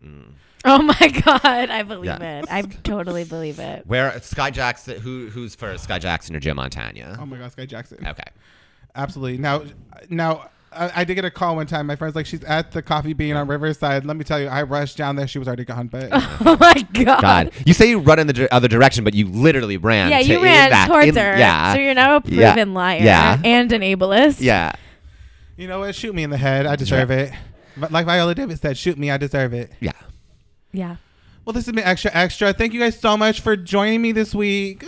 Oh my god, I believe
Yeah.
it. I totally believe it.
Where Sky Jackson? Who who's first? Sky Jackson or Joe Montana?
Oh my God, Sky Jackson.
Okay.
Absolutely. Now, now I, I did get a call one time. My friend's like, she's at the coffee bean on Riverside. Let me tell you, I rushed down there. She was already gone, but
Uh-huh.
Oh my god.
God, you say you run in the di- other direction, but you literally ran.
Yeah,
to
you
in
ran
that-
towards
in-
her.
Yeah.
So you're now a proven
Yeah.
liar
Yeah.
and an ableist.
yeah.
you know what? Shoot me in the head. I deserve it. But like Viola Davis said, shoot me. I deserve it.
Yeah.
Yeah.
Well, this has been extra extra. Thank you guys so much for joining me this week.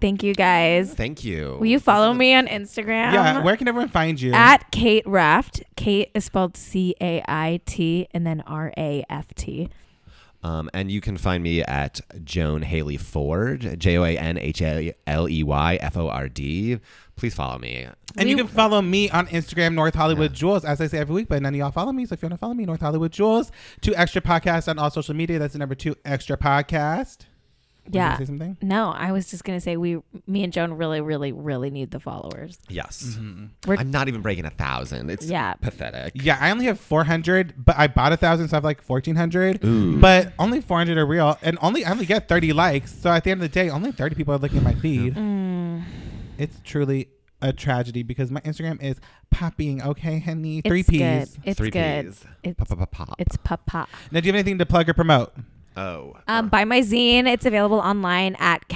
Thank you guys.
Thank you.
Will you follow me on Instagram?
yeah. Where can everyone find you?
Um, at Kate Raft. Kate is spelled C A I T and then R A F T.
Um, and you can find me at Joan Haley Ford, J O A N H A L E Y F O R D. Please follow me.
and you
we-
can follow me on Instagram, North Hollywood Jewels, as I say every week, but none of y'all follow me. So if you want to follow me, North Hollywood Jewels, two extra podcasts on all social media. That's the number two extra podcast. Were you gonna
Yeah.
Say something.
No, I was just gonna say we, me and Joan, really, really, really need the followers.
Yes.
Mm-hmm.
We're-
I'm not even breaking a thousand. It's
Yeah.
pathetic.
Yeah, I only have 400, but I bought a thousand, so I have like 1400. But only 400 are real, and only I only get 30 likes. So at the end of the day, only 30 people are looking at my feed.
Mm.
It's truly a tragedy because my Instagram is popping. Okay, honey, three
it's
P's.
Good. It's
Three
good.
Ps.
It's
Pop, pop, pop, pop.
it's papa.
Now, do you have anything to plug or promote?
Oh.
Um, buy my zine. It's available online at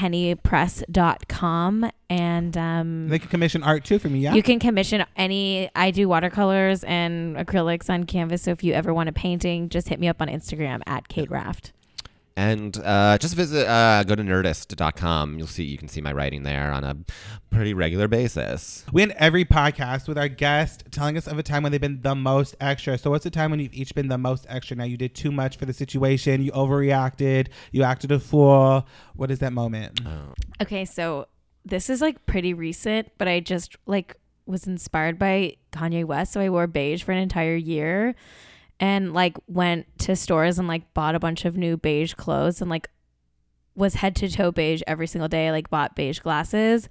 kennypress.com. And um,
They can commission art too for me. Yeah.
you can commission any. I do watercolors and acrylics on canvas. So if you ever want a painting, just hit me up on Instagram at Kate Raft.
And uh, just visit, uh, go to nerdist.com. You'll see, you can see my writing there on a pretty regular basis.
we end every podcast with our guest telling us of a time when they've been the most extra. So, what's the time when you've each been the most extra? Now, you did too much for the situation. You overreacted. You acted a fool. What is that moment?
Okay, so this is like pretty recent, but I just like was inspired by Kanye West, so I wore beige for an entire year and like went to stores and like bought a bunch of new beige clothes and like was head to toe beige every single day. I, like bought beige glasses.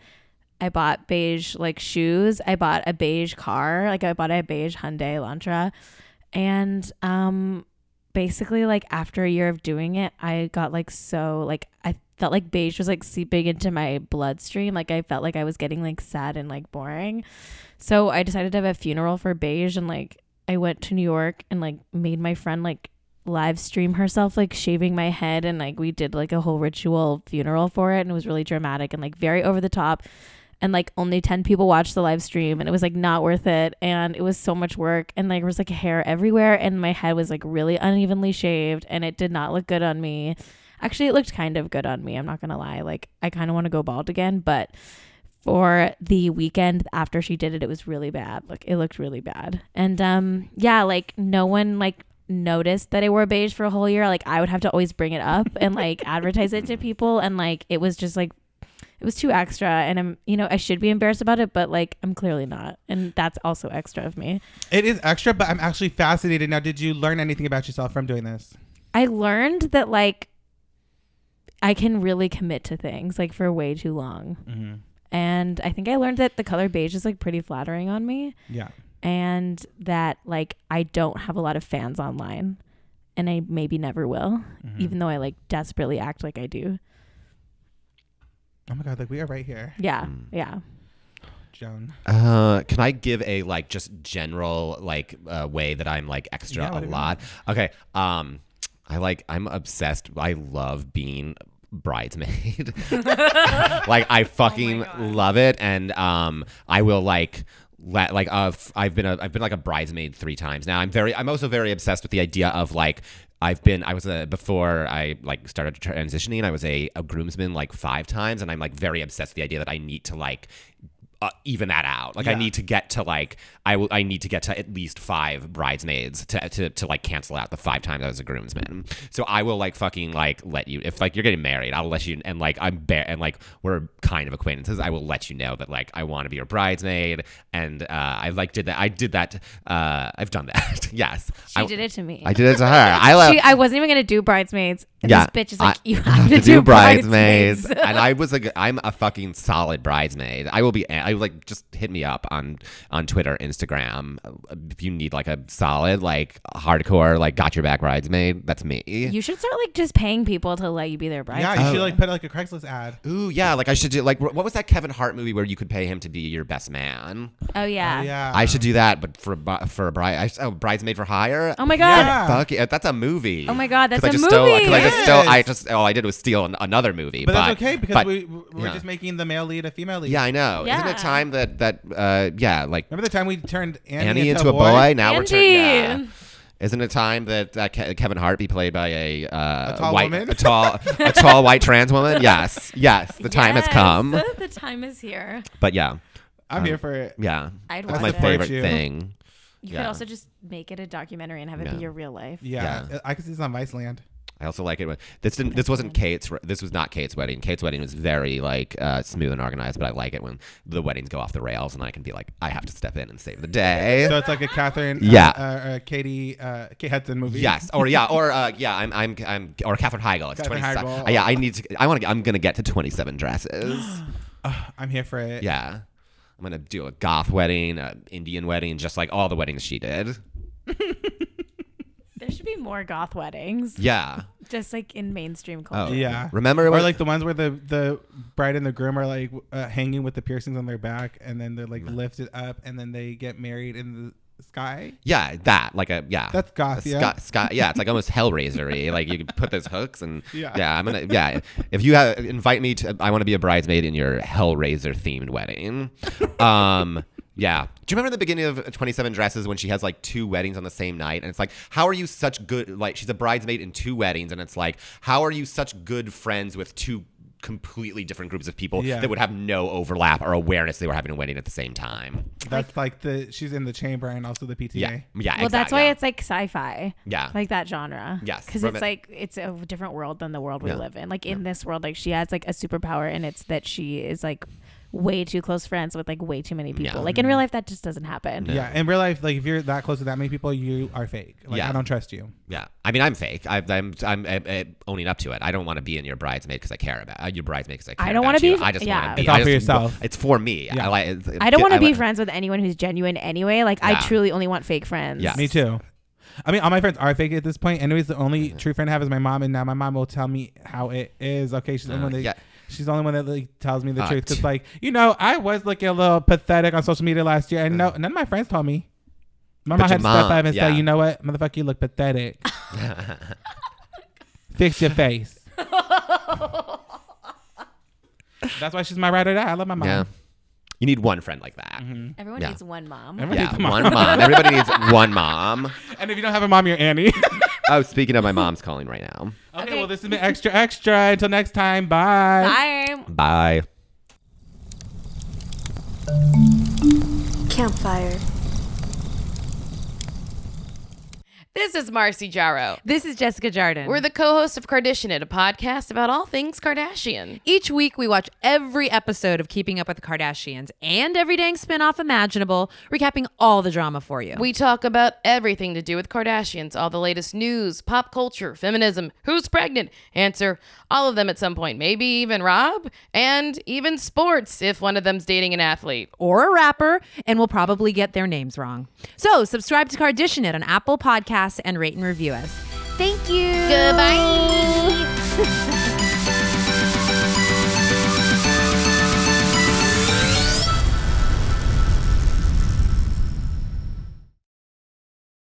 I bought beige like shoes. I bought a beige car. Like I bought a beige Hyundai Elantra. And um basically like after a year of doing it i got like so like i felt like beige was like seeping into my bloodstream like i felt like i was getting like sad and like boring so i decided to have a funeral for beige and like i went to new york and like made my friend like live stream herself like shaving my head and like we did like a whole ritual funeral for it and it was really dramatic and like very over the top and like only 10 people watched the live stream and it was like not worth it and it was so much work and like there was like hair everywhere and my head was like really unevenly shaved and it did not look good on me actually it looked kind of good on me i'm not gonna lie like i kind of want to go bald again but for the weekend after she did it it was really bad like it looked really bad and um yeah like no one like noticed that i wore beige for a whole year like i would have to always bring it up and like advertise it to people and like it was just like it was too extra and i'm you know i should be embarrassed about it but like i'm clearly not and that's also extra of me
It is extra, but I'm actually fascinated. Now, did you learn anything about yourself from doing this?
i learned that like i can really commit to things like for way too long
Mm-hmm.
and i think i learned that the color beige is like pretty flattering on me
Yeah.
and that like i don't have a lot of fans online and i maybe never will
Mm.
Mm-hmm.
even though i like desperately act like i do
Oh my God, like we are right here,
yeah
Mm.
yeah
Joan.
Uh, can I give a like just general like uh, way that I'm like extra
Yeah,
a
whatever you
lot? Okay. Um, I like I'm obsessed. I love being bridesmaid. like I fucking love it, and um, I will like. La- like uh, f- I've been a, I've been like a bridesmaid three times now. I'm very I'm also very obsessed with the idea of like I've been I was a before I like started transitioning. I was a, a groomsman like five times, and I'm like very obsessed with the idea that I need to like uh, even that out. Like I
Yeah.
need to get to like I will I need to get to at least five bridesmaids to, to to like cancel out the five times I was a groomsman. So I will like fucking like let you if like you're getting married, I'll let you and like I'm bare and like we're kind of acquaintances. I will let you know that like I want to be your bridesmaid and uh, I like did that. I did that. Uh, I've done that. yes,
she
I,
did it to me
I did it to her. I love.
She, I wasn't even gonna do bridesmaids. And
Yeah,
this bitch is
I-
like, you have to, do, bridesmaids.
and I was a, g- I'm a fucking solid bridesmaid. I will be. I like just hit me up on on Twitter, Instagram. uh, If you need like a solid, like hardcore, like got your back bridesmaid, that's me.
you should start like just paying people to let you be their
yeah,
bridesmaid.
you should like put like a Craigslist ad.
Ooh, yeah. Like I should do. Like wh- what was that Kevin Hart movie where you could pay him to be your best man?
Oh yeah.
Oh, yeah.
I should do that, but for a bi- for a bride, I, s- oh, bridesmaid for hire.
Oh my god.
Yeah.
Fuck it, that's a movie.
Oh my God,
'Cause
that's
I
a
just Stole,
movie.
'cause I just stole. I
Yes.
just all I did was steal an, another movie.
but,
But,
that's okay because
but-
we we're
yeah.
just making the male lead a female lead.
Yeah, I know. Isn't
Yeah.
it time that that uh yeah, like
Remember the time we turned Annie,
Annie into, a boy? Now we're turning.
Andy!
Yeah. Isn't it time that, that Ke- Kevin Hart be played by a, uh,
A tall
white,
woman?
a tall, a tall white trans woman? Yes, yes. The time has
Yes,
come.
the time is here.
But yeah,
I'm
Um,
here for it.
yeah.
I'd
That's
watch
my
it.
favorite
Virtue.
thing.
You
Yeah.
could also just make it a documentary and have it
Yeah.
be your real life.
Uh, Yeah, I could see this on Vice Land.
I I also like it when this didn't. This wasn't Kate's. This was not Kate's wedding. Kate's wedding was very like uh, smooth and organized, but I like it when the weddings go off the rails and I can be like, I have to step in and save the day.
So it's like a Catherine, uh,
Yeah.
uh, uh, Katie, uh, Kate Hudson movie.
Yes, or yeah, or uh, yeah, I'm, I'm, I'm, or Catherine Heigl. It's
Katherine
twenty
Heigl.
seven. Yeah, I need to. I want to. I'm gonna get to twenty seven dresses.
I'm here for it.
yeah, I'm gonna do a goth wedding, an Indian wedding, just like all the weddings she did.
There should be more goth weddings,
Yeah.
just like in mainstream
Oh
culture.
Yeah.
Remember
Or
when,
like the ones where the the bride and the groom are like uh, hanging with the piercings on their back, and then they're like lifted up, and then they get married in the sky.
yeah, that like a yeah.
That's goth,
a
yeah.
Scot- Scot- yeah, it's like almost Hellraisery. like you could put those hooks and
Yeah.
yeah. I'm gonna yeah. If you have, invite me to, I want to be a bridesmaid in your Hellraiser themed wedding. Um, yeah. Do you remember the beginning of Twenty Seven Dresses when she has like two weddings on the same night, and it's like, how are you such good? Like she's a bridesmaid in two weddings, and it's like, how are you such good friends with two? completely different groups of people
Yeah.
that would have no overlap or awareness they were having a wedding at the same time.
That's like the she's in the chamber and also the PTA.
Yeah. Yeah.
Well, that's
exact-
why
yeah.
it's like sci-fi.
Yeah.
Like that genre.
Yes.
Because
Roman-
it's like it's a different world than the world we
Yeah.
live in. Like in this world, like she has like a superpower, and it's that she is like way too close friends with like way too many people.
Yeah.
Like in real
Mm-hmm.
life, that just doesn't happen.
Yeah, in real life, like if you're that close to that many people, you are fake. Like
Yeah.
I don't trust you.
Yeah, I mean, I'm fake. I, I'm, I'm, i owning up to it. I don't want to be in your bridesmaid because I care about uh, your bridesmaid because I care
don't
want
wanna
to
be-
I just
yeah.
want to be.
It's all
I
for
just-
yourself.
It's for me.
Yeah.
I, like, it's-
I don't want to be
like-
friends with anyone who's genuine anyway. Like I
Yeah.
truly only want fake friends.
Yeah.
Me too. I mean, all my friends are fake at this point. Anyways, the only
Mm-hmm.
true friend I have is my mom, and now my mom will tell me how it is. Okay, she's the only one that
Uh, yeah.
she's the only one that like tells me the
Uh,
truth. Cause
t-
like you know, I was looking a little pathetic on social media last year, and no, none of my friends told me. My mom
Uh. But your
had to step
mom,
up and
yeah.
say, "You know what, motherfucker, you look pathetic. Fix your face." That's why she's my ride or die. I love my mom.
Yeah. You need one friend like that.
Everyone
Yeah.
needs one mom.
Everyone
Yeah,
needs a Mm-hmm. mom.
one mom. Everybody needs one mom.
And if you don't have a mom, you're Annie.
Oh, speaking of, my mom's calling right now.
okay,
Okay.
well, this has been Extra Extra. Until next time, bye.
Bye.
Bye.
Campfire.
This is Marcy Jarro.
This is Jessica Jardin.
We're the co host of Kardashian It, a podcast about all things Kardashian.
Each week, we watch every episode of Keeping Up with the Kardashians and every dang spinoff imaginable, recapping all the drama for you.
We talk about everything to do with Kardashians, all the latest news, pop culture, feminism, who's pregnant, answer, all of them at some point, maybe even Rob, and even sports if one of them's dating an athlete.
or a rapper, and we'll probably get their names wrong. So subscribe to Kardashian It on Apple Podcasts and rate and review us.
Thank you.
Goodbye.